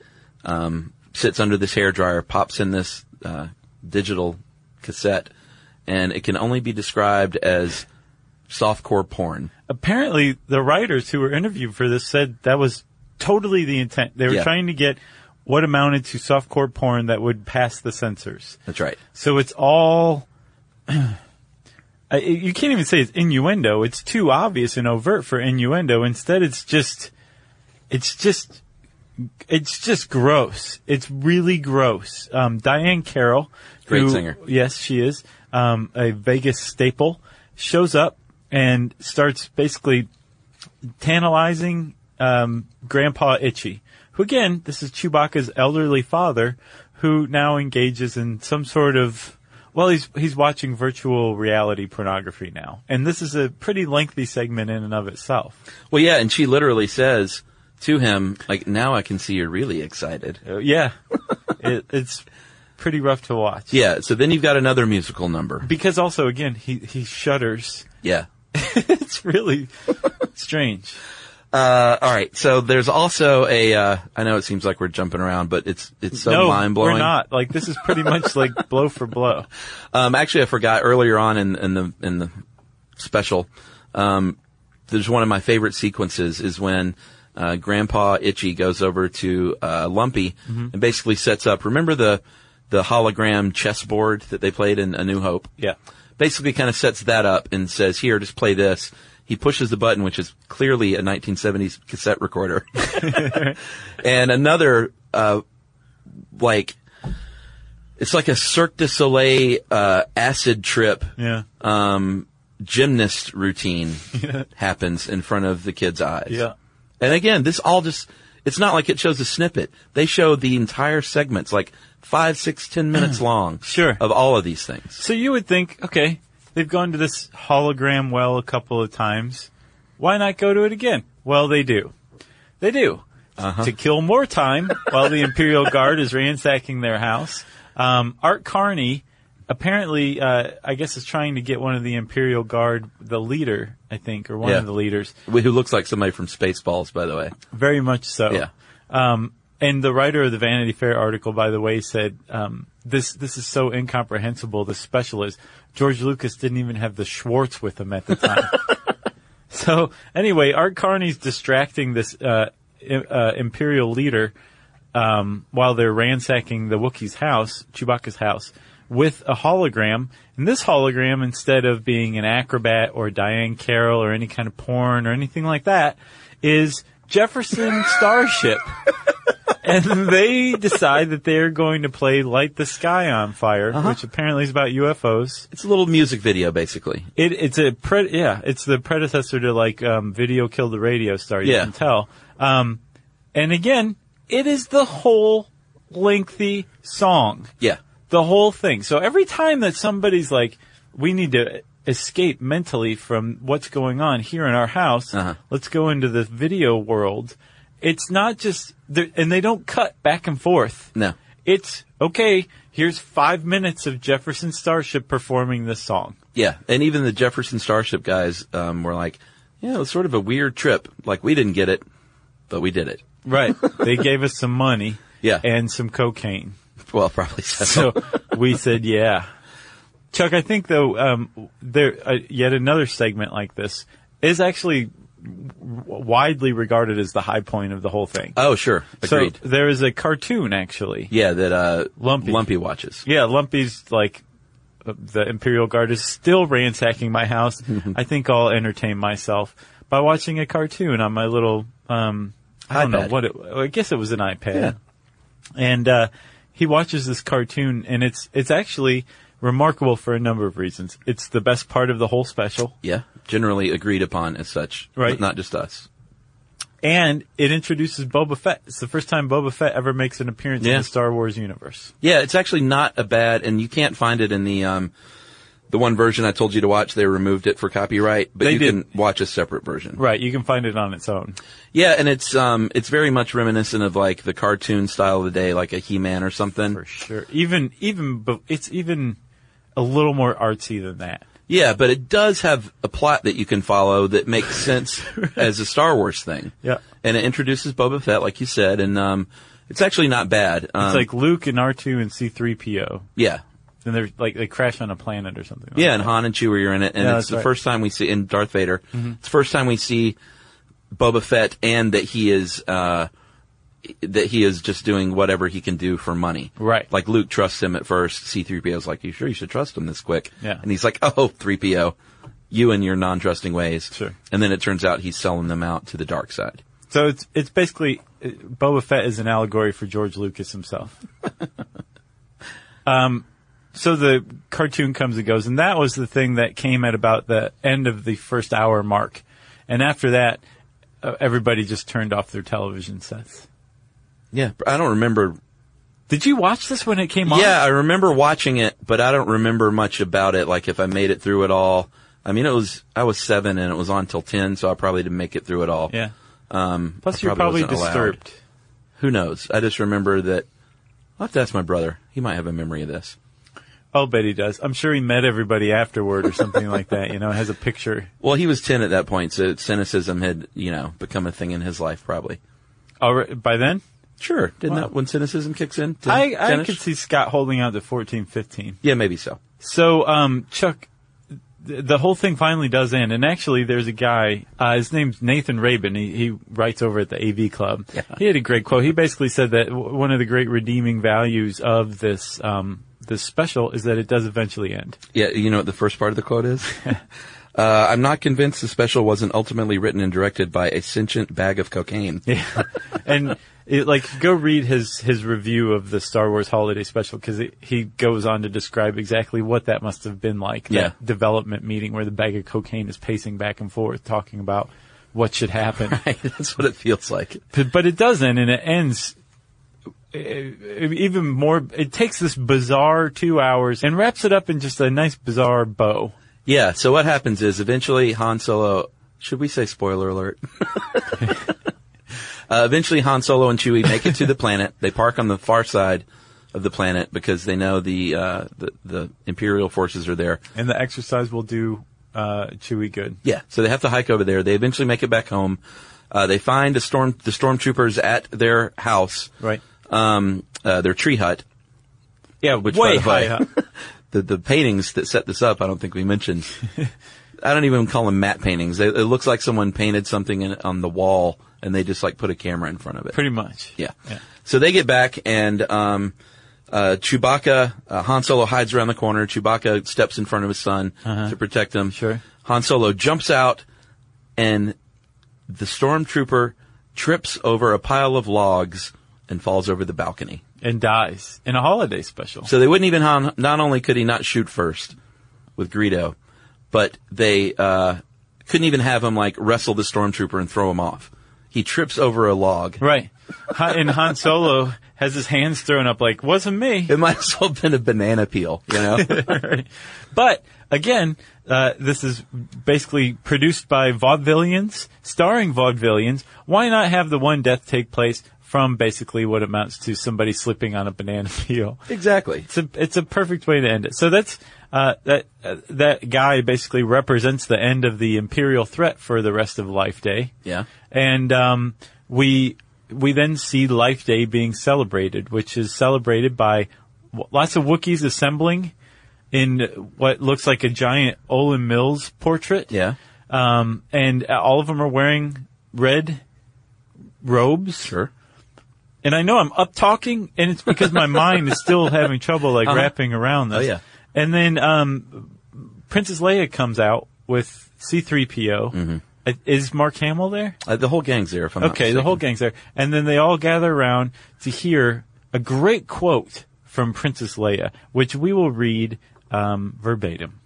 um, sits under this hair dryer, pops in this uh, digital cassette, and it can only be described as softcore porn. Apparently, the writers who were interviewed for this said that was totally the intent. They were Yeah. trying to get what amounted to softcore porn that would pass the censors. That's right. So it's all. [CLEARS THROAT] I- You can't even say it's innuendo. It's too obvious and overt for innuendo. Instead, it's just, it's just, it's just gross. It's really gross. Um, Diane Carroll, Great who- singer. yes, she is um, a Vegas staple, shows up and starts basically tantalizing um, Grandpa Itchy, who again, this is Chewbacca's elderly father, who now engages in some sort of well, he's he's watching virtual reality pornography now, and this is a pretty lengthy segment in and of itself. Well, yeah, and she literally says to him, like, now I can see you're really excited. Uh, yeah, [LAUGHS] it, it's pretty rough to watch. Yeah, so then you've got another musical number. because also again, he he shudders. [LAUGHS] Yeah. it's really strange. Uh, all right, so there's also a, uh, I know it seems like we're jumping around, but it's, it's so no, mind-blowing. we're not. Like this is pretty much like blow for blow. Um, actually, I forgot earlier on in, in the in the special. Um, there's one of my favorite sequences is when uh, Grandpa Itchy goes over to uh, Lumpy Mm-hmm. and basically sets up. Remember the the hologram chessboard that they played in A New Hope? Yeah. Basically, kind of sets that up and says, "Here, just play this." He pushes the button, which is clearly a 1970s cassette recorder, [LAUGHS] and another uh, like it's like a Cirque du Soleil uh, acid trip Yeah. um, gymnast [LAUGHS] routine happens in front of the kid's eyes. Yeah. And again, this all just, it's not like it shows a snippet. They show the entire segments, like five, six, ten [CLEARS THROAT] minutes long. Sure. Of all of these things. So you would think, okay, they've gone to this hologram well a couple of times. Why not go to it again? Well, they do. They do. Uh-huh. To kill more time while the Imperial Guard is ransacking their house. Um, Art Carney apparently, uh, I guess, is trying to get one of the Imperial Guard, the leader, I think, or one Yeah. of the leaders. Oh. Who looks like somebody from Spaceballs, by the way. Very much so. Yeah. Um, And the writer of the Vanity Fair article, by the way, said um, this this is so incomprehensible. The special is George Lucas didn't even have the Schwartz with him at the time. so anyway, Art Carney's distracting this uh, im- uh, imperial leader um, while they're ransacking the Wookiee's house, Chewbacca's house, with a hologram. And this hologram, instead of being an acrobat or Diane Carroll or any kind of porn or anything like that, is Jefferson Starship. and they decide that they're going to play Light the Sky on Fire, which apparently is about UFOs. It's a little music video, basically. It, it's a pre- yeah, it's the predecessor to like um, Video Killed the Radio Star. You Yeah. can tell. Um, and again, it is the whole lengthy song, Yeah. the whole thing. So every time that somebody's like, "We need to escape mentally from what's going on here in our house," Uh-huh. let's go into the video world. It's not just, they're- and they don't cut back and forth. No. It's okay. Here's five minutes of Jefferson Starship performing this song. Yeah. And even the Jefferson Starship guys um, were like, yeah, it was sort of a weird trip. Like, we didn't get it, but we did it. [LAUGHS] Right. they gave us some money. Yeah. And some cocaine. Well, probably so. So we said, yeah. Chuck, I think though, um, there, uh, yet another segment like this is actually w- widely regarded as the high point of the whole thing. oh, sure. Agreed. So there is a cartoon actually. yeah, that uh, Lumpy. Lumpy watches. Yeah, Lumpy's like uh, the Imperial Guard is still ransacking my house. [LAUGHS] I think I'll entertain myself by watching a cartoon on my little um I don't know iPad. what it I guess it was an iPad. Yeah. And uh he watches this cartoon and it's it's actually remarkable for a number of reasons. It's the best part of the whole special. Yeah. Generally agreed upon as such. Right. Not just us. And it introduces Boba Fett. It's the first time Boba Fett ever makes an appearance in Yeah. the Star Wars universe. Yeah, it's actually not a bad, and you can't find it in the um, the one version I told you to watch. They removed it for copyright, but They you did. can watch a separate version. Right, you can find it on its own. Yeah, and it's um, it's very much reminiscent of like the cartoon style of the day, like a He-Man or something. For sure. Even even but it's even a little more artsy than that. Yeah, but it does have a plot that you can follow that [LAUGHS] makes sense as a Star Wars thing. Yeah. and it introduces Boba Fett, like you said, and um, it's actually not bad. Um, It's like Luke and R two and C three PO. yeah, Then they're like they crash on a planet or something. like Yeah, and Han and Chewie are in it, and Yeah, it's that's the right. Mm-hmm. first time we see in Darth Vader. It's the first time we see Boba Fett, and that he is uh, that he is just doing whatever he can do for money. Right. Like Luke trusts him at first. C-3PO is like, "You sure you should trust him this quick?" Yeah. And he's like, "Oh, 3PO, you and your non-trusting ways." Sure. And then it turns out he's selling them out to the dark side. that. So it's it's basically uh, Boba Fett is an allegory for George Lucas himself. [LAUGHS] um, so the cartoon comes and goes, and that was the thing that came at about the end of the first hour mark, and after that, uh, everybody just turned off their television sets. Yeah, I don't remember. Did you watch this when it came on? Yeah, I remember watching it, but I don't remember much about it. Like if I made it through it all. I mean, it was I was seven and it was on till ten, so I probably didn't make it through it all. Yeah. Um, Plus, I you're probably wasn't allowed. disturbed. Who knows? I just remember that. I'll have to ask my brother. He might have a memory of this. I'll bet he does. I'm sure he met everybody afterward or something like that. You know, has a picture. Well, he was ten at that point, so cynicism had you know become a thing in his life probably. All right, by then, Sure, didn't Wow. that when cynicism kicks in? 10, I, I 10-ish? could see Scott holding out to 14, 15. Yeah, maybe so. So, um, Chuck, th- the whole thing finally does end. And actually, there's a guy, uh, his name's Nathan Rabin. He, he writes over at the AV Club. He had a great quote. He basically said that w- one of the great redeeming values of this, um, this special is that it does eventually end. Yeah, you know what the first part of the quote [LAUGHS] is? uh, I'm not convinced the special wasn't ultimately written and directed by a sentient bag of cocaine. [LAUGHS] Yeah. and it, like go read his his review of the Star Wars holiday special because he goes on to describe exactly what that must have been like. Yeah. That development meeting where the bag of cocaine is pacing back and forth talking about what should happen. Right, that's what it feels like. But, but it doesn't, and it ends. uh, Even more, it takes this bizarre two hours and wraps it up in just a nice bizarre bow. Yeah, so what happens is eventually Han Solo, should we say spoiler [LAUGHS] alert? uh, eventually Han Solo and Chewie make it to the planet. They park on the far side of the planet because they know the, uh, the, the Imperial forces are there. And the exercise will do uh, Chewy good. Yeah, so they have to hike over there. They eventually make it back home. Uh, they find the storm the stormtroopers at their house, Right. Um, uh, their tree hut. Yeah, Which, Oh, way by the way, high up. [LAUGHS] the the paintings that set this up, I don't think we [LAUGHS] mentioned. I don't even call them matte paintings. It, it looks like someone painted something in, on the wall and they just like put a camera in front of it. Pretty much. Yeah. So they get back and, um, uh, Chewbacca, uh, Han Solo hides around the corner. Chewbacca steps in front of his son to protect him. Uh-huh. Sure. Han Solo jumps out and the stormtrooper trips over a pile of logs and falls over the balcony. And dies in a holiday special. So they wouldn't even, Han, not only could he not shoot first with Greedo, but they, uh, couldn't even have him like wrestle the stormtrooper and throw him off. He trips over a log. Right. Ha- and Han Solo has his hands thrown up like, wasn't [LAUGHS] me. It might as well have been a banana peel, you [LAUGHS] know? But again, uh, this is basically produced by vaudevillians, starring vaudevillians. Why not have the one death take place from basically what amounts to somebody slipping on a banana [LAUGHS] peel? Exactly. It's a it's a perfect way to end it. So that's uh, that uh, that guy basically represents the end of the imperial threat for the rest of Life Day. Yeah. and um, we we then see Life Day being celebrated, which is celebrated by w- lots of Wookiees assembling in what looks like a giant Olin Mills portrait. Yeah. um, and uh, all of them are wearing red robes. Sure. And I know I'm up talking, and it's [LAUGHS] because my mind is still having trouble like Uh-huh. wrapping around this. Oh, yeah. And then um, Princess Leia comes out with C-3PO. I- Is Mark Hamill there? Uh, the whole gang's there, if Mm-hmm. I'm not Okay, the whole mistaken. gang's there. And then they all gather around to hear a great quote from Princess Leia, which we will read um, verbatim.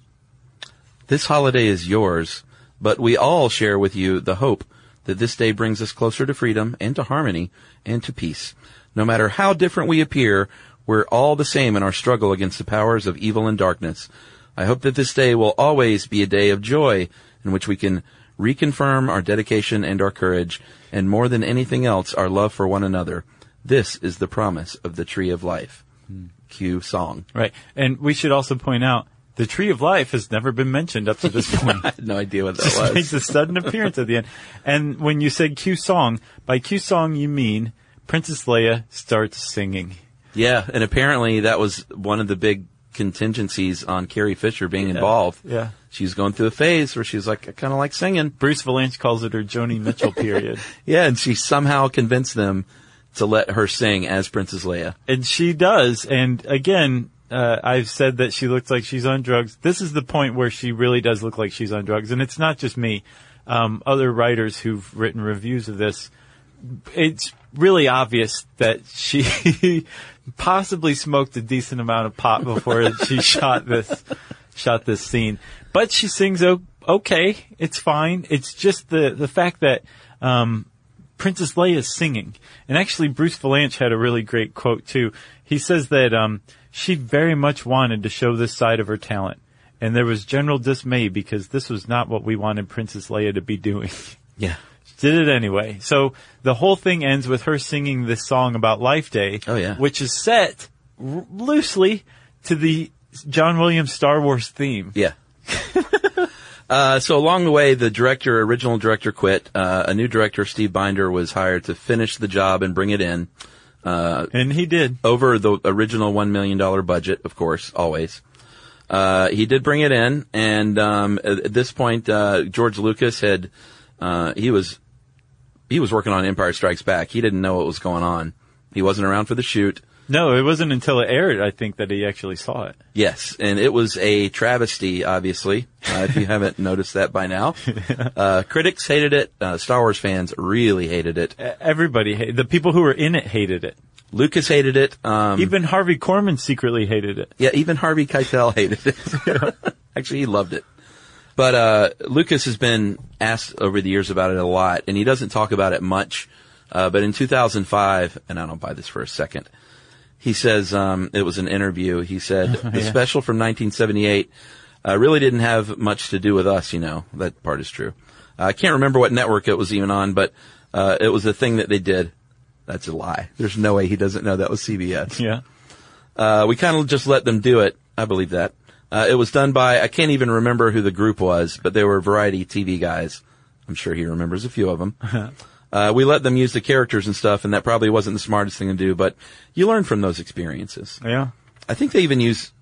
This holiday is yours, but we all share with you the hope that this day brings us closer to freedom and to harmony and to peace. No matter how different we appear, we're all the same in our struggle against the powers of evil and darkness. I hope that this day will always be a day of joy in which we can reconfirm our dedication and our courage, and more than anything else, our love for one another. This is the promise of the tree of life. Cue song. Right. And we should also point out the Tree of Life has never been mentioned up to this point. I had no idea what that [LAUGHS] just was. makes a sudden appearance at the end. And when you said Q song, by Q song you mean Princess Leia starts singing. Yeah, and apparently that was one of the big contingencies on Carrie Fisher being involved. yeah. She was going through a phase where she was like, I kind of like singing. Bruce Valanche calls it her Joni Mitchell period. Yeah, and she somehow convinced them to let her sing as Princess Leia. And she does. And again, uh, I've said that she looks like she's on drugs. This is the point where she really does look like she's on drugs. And it's not just me. Um, other writers who've written reviews of this, it's really obvious that she [LAUGHS] possibly smoked a decent amount of pot before [LAUGHS] she shot this, shot this scene. But she sings o- okay. It's fine. It's just the, the fact that, um, Princess Leia is singing. And actually, Bruce Valanche had a really great quote too. He says that um, she very much wanted to show this side of her talent, and there was general dismay because this was not what we wanted Princess Leia to be doing. [LAUGHS] Yeah. Did it anyway. So the whole thing ends with her singing this song about Life Day, Oh, yeah. which is set r- loosely to the John Williams Star Wars theme. Yeah. [LAUGHS] uh, so along the way, the director, original director quit. Uh, a new director, Steve Binder, was hired to finish the job and bring it in. Uh, And he did. over the original one million dollar budget, of course, always. Uh, he did bring it in, and um, at at this point, uh, George Lucas had uh, he was he was working on Empire Strikes Back. He didn't know what was going on. He wasn't around for the shoot. No, it wasn't until it aired, I think, that he actually saw it. Yes, and it was a travesty, obviously, uh, if you haven't noticed that by now. Uh, critics hated it. Uh, Star Wars fans really hated it. E-, Everybody, ha- the people who were in it hated it. Lucas hated it. Um, Even Harvey Korman secretly hated it. Yeah, even Harvey Keitel [LAUGHS] hated it. Actually, he loved it. But uh, Lucas has been asked over the years about it a lot, and he doesn't talk about it much. Uh, but in 2005, and I don't buy this for a second, he says um, it was an interview. He said the special from 1978 uh, really didn't have much to do with us. You know that part is true. Uh, I can't remember what network it was even on, but uh, it was a thing that they did. That's a lie. There's no way he doesn't know that was CBS. Yeah. Uh, we kind of just let them do it. I believe that. Uh, it was done by, I can't even [LAUGHS] remember who the group was, but they were variety TV guys. I'm sure he remembers a few of them. Uh, we let them use the characters and stuff, and that probably wasn't the smartest thing to do, but you learn from those experiences. Yeah. I think they even use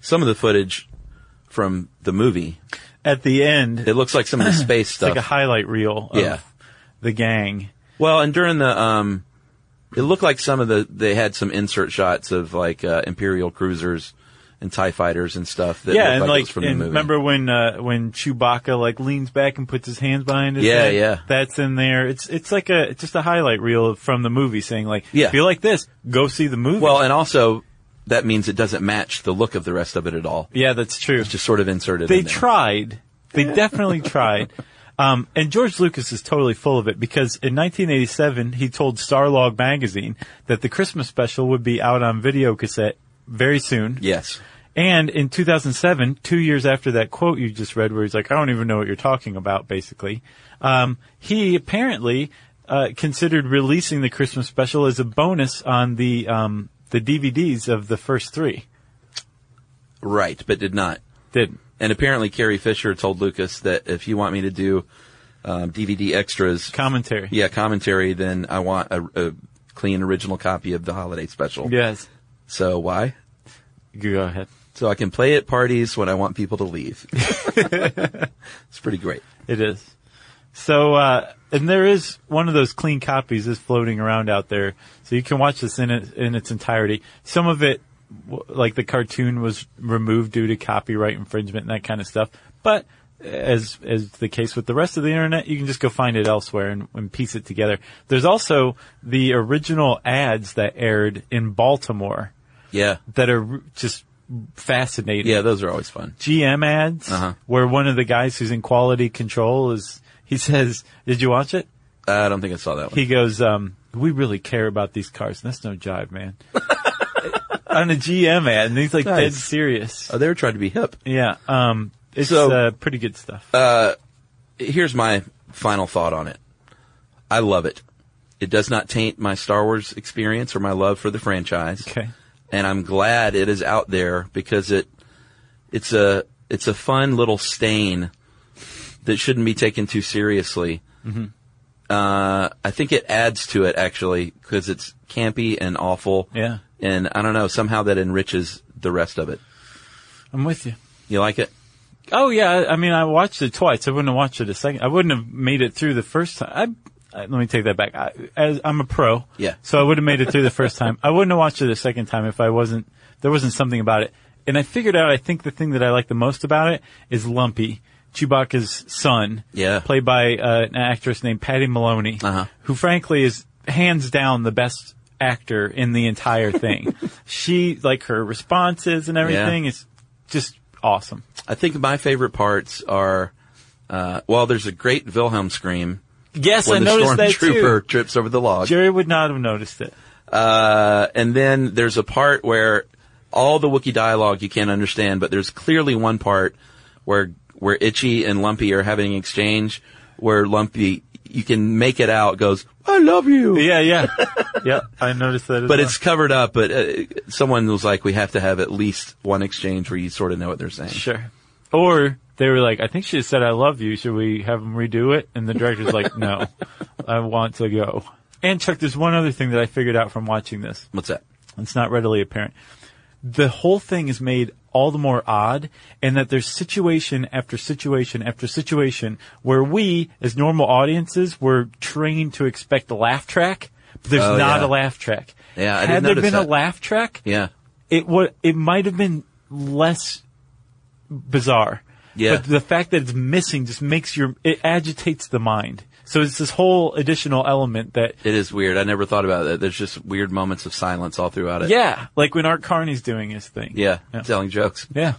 some of the footage from the movie. At the end, It looks like some [COUGHS] of the space it's like stuff. a highlight reel of Yeah. the gang. well, and during the, um, it looked like some of the, they had some insert shots of like, uh, Imperial cruisers and TIE fighters and stuff that yeah, looked and like, it like, was from the and movie. remember when uh, when Chewbacca like leans back and puts his hands behind his Yeah, head? yeah. That's in there. It's it's like a it's just a highlight reel from the movie saying like, Yeah. if you like this, go see the movie. well, and also, that means it doesn't match the look of the rest of it at all. yeah, that's true. Just sort of inserted They in there. tried. [LAUGHS] They definitely tried. Um, and George Lucas is totally full of it because in 1987 he told Starlog magazine that the Christmas special would be out on video cassette very soon. Yes. And in 2007, two years after that quote you just read, where he's like, "I don't even know what you're talking about," basically, um, he apparently uh, considered releasing the Christmas special as a bonus on the um, the DVDs of the first three. Right, but did not. Didn't. And apparently, Carrie Fisher told Lucas that if you want me to do um, DVD extras, Commentary. yeah, commentary, then I want a, a clean original copy of the holiday special. Yes. So why? You Go ahead. So I can play at parties when I want people to [LAUGHS] leave. it's pretty great. It is. So, uh, and there is one of those clean copies is floating around out there, so you can watch this in it, in its entirety. Some of it, w- like the cartoon, was removed due to copyright infringement and that kind of stuff. But as as the case with the rest of the internet, you can just go find it elsewhere and, and piece it together. There's also the original ads that aired in Baltimore Yeah, that are r- just fascinating. yeah, those are always fun. GM ads Uh-huh. where one of the guys who's in quality control is he says, "Did you watch it?" I don't think I saw that one. He goes, um, "We really care about these cars." And that's no jive, man. [LAUGHS] On a GM ad, and he's like dead Nice. serious. oh, they were trying to be hip. Yeah, um, it's So- uh, pretty good stuff. Here's my final thought on it. I love it. It does not taint my Star Wars experience or my love for the franchise. okay, and I'm glad it is out there because it it's a it's a fun little stain that shouldn't be taken too seriously. Mm-hmm. Uh, I think it adds to it actually because it's campy and awful. Yeah. and I don't know somehow that enriches the rest of it. I'm with you. You like it? Oh yeah, I I mean, I watched it twice. I wouldn't have watched it a second. I wouldn't have made it through the first time. I, I, let me take that back. I, as, I'm a pro, Yeah. So I would have made it through the first time. I wouldn't have watched it a second time if I wasn't there wasn't something about it. And I figured out. I think the thing that I like the most about it is Lumpy. Chewbacca's son, Yeah. played by uh, an actress named Patty Maloney, Uh-huh. who frankly is hands down the best actor in the [LAUGHS] entire thing. she like her responses and everything is just awesome. I think my favorite parts are uh, well, there's a great Wilhelm scream Yes, when I the noticed that stormtrooper too. trips over the log. Jerry would not have noticed it. Uh, and then there's a part where all the Wookiee dialogue you can't understand, but there's clearly one part where where Itchy and Lumpy are having an exchange where Lumpy you can make it out goes I love you, Yeah, [LAUGHS] yeah, yeah. I noticed that. As but well. it's covered up. But uh, someone was like, we have to have at least one exchange where you sort of know what they're saying. sure. Or they were like, I think she said I love you. Should we have them redo it? And the director's like, No, I want to go. And Chuck, there's one other thing that I figured out from watching this. What's that? It's not readily apparent. The whole thing is made all the more odd in that there's situation after situation after situation where we, as normal audiences, were trained to expect a laugh track, but there's Oh, not yeah. a laugh track. Yeah, I Had didn't there notice been a that. laugh track, Yeah, it would it might have been less bizarre. Yeah. But the fact that it's missing just makes your it agitates the mind. So it's this whole additional element that it is weird. I never thought about that. There's just weird moments of silence all throughout it. yeah, like when Art Carney's doing his thing. yeah, Yeah. telling jokes. Yeah.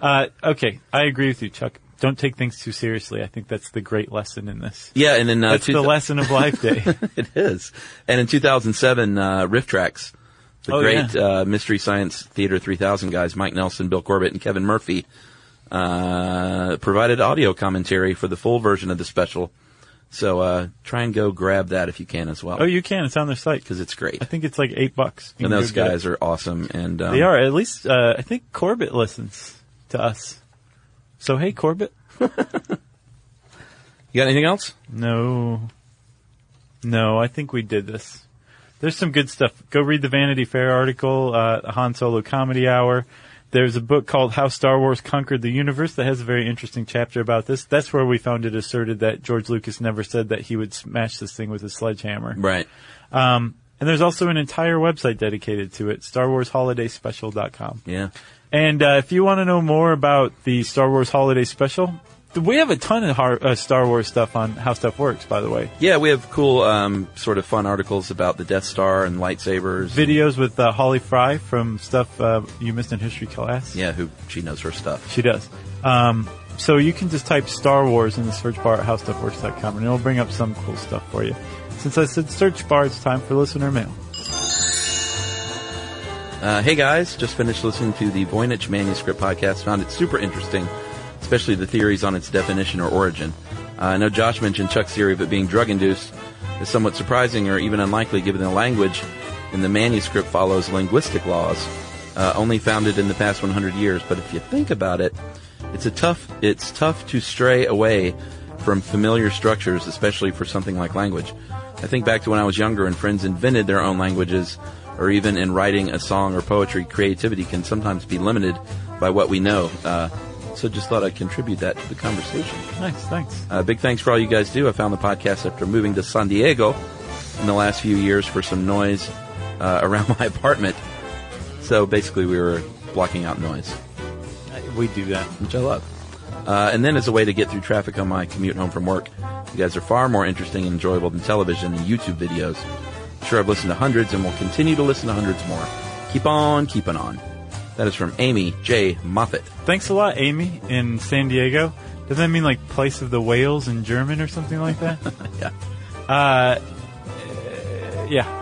Uh, okay, I agree with you, Chuck. Don't take things too seriously. I think that's the great lesson in this. Yeah, and then uh, That's two- the lesson of Life Day. [LAUGHS] it is. And in 2007, uh, Riff Tracks, the Oh, great yeah. uh, Mystery Science Theater 3000 guys, Mike Nelson, Bill Corbett, and Kevin Murphy, uh, provided audio commentary for the full version of the special. So uh, try and go grab that if you can as well. oh, you can. It's on their site. Because it's great. I think it's like eight bucks. You And can go those get it. guys are awesome. And um, They are. At least uh, I think Corbett listens to us. So hey, Corbett. You got anything else? No. No, I think we did this. There's some good stuff. Go read the Vanity Fair article, uh, Han Solo Comedy Hour. There's a book called How Star Wars Conquered the Universe that has a very interesting chapter about this. That's where we found it asserted that George Lucas never said that he would smash this thing with a sledgehammer. Right. And there's also an entire website dedicated to it, starwarsholidayspecial.com. Yeah. And uh, if you want to know more about the Star Wars Holiday Special, th- we have a ton of har- uh, Star Wars stuff on How Stuff Works, by the way. Yeah, we have cool, um, sort of fun articles about the Death Star and lightsabers. Videos with uh, Holly Fry from stuff uh, you missed in history class. Yeah, who she knows her stuff. She does. Um, so you can just type Star Wars in the search bar at howstuffworks.com and it'll bring up some cool stuff for you. Since I said search bar, it's time for listener mail. Uh, hey guys, just finished listening to the Voynich manuscript podcast. Found it super interesting, especially the theories on its definition or origin. Uh, I know Josh mentioned Chuck's theory of it being drug induced is somewhat surprising or even unlikely given the language in the manuscript follows linguistic laws, uh, only founded in the past 100 years. But if you think about it, it's a tough, it's tough to stray away from familiar structures, especially for something like language. I think back to when I was younger and friends invented their own languages, or even in writing a song or poetry, creativity can sometimes be limited by what we know. Uh, so just thought I'd contribute that to the conversation. Nice, thanks. Uh, big thanks for all you guys do. I found the podcast after moving to San Diego in the last few years for some noise uh, [LAUGHS] around my apartment. So basically, we were blocking out noise, Uh, We do that. which I love. Uh, and then as a way to get through traffic on my commute home from work, you guys are far more interesting and enjoyable than television and YouTube videos. I'm sure I've listened to hundreds and will continue to listen to hundreds more. Keep on keeping on. That is from Amy J. Moffat. Thanks a lot, Amy, in San Diego. Does that mean like place of the whales in German or something like that? Uh, Yeah. yeah.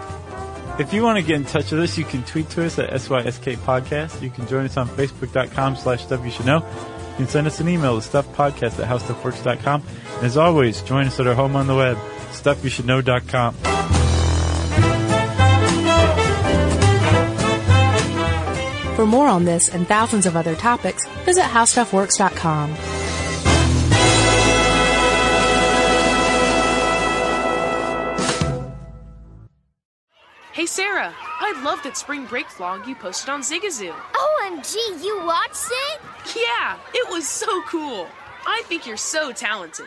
If you want to get in touch with us, you can tweet to us at SYSK Podcast. You can join us on Facebook.com slash Stuff You Should Know. You can send us an email to StuffPodcast at HowStuffWorks.com. And as always, join us at our home on the web, StuffYouShouldKnow.com. For more on this and thousands of other topics, visit howstuffworks.com. Hey Sarah, I love that spring break vlog you posted on Zigazoo. OMG, you watched it? Yeah, it was so cool. I think you're so talented.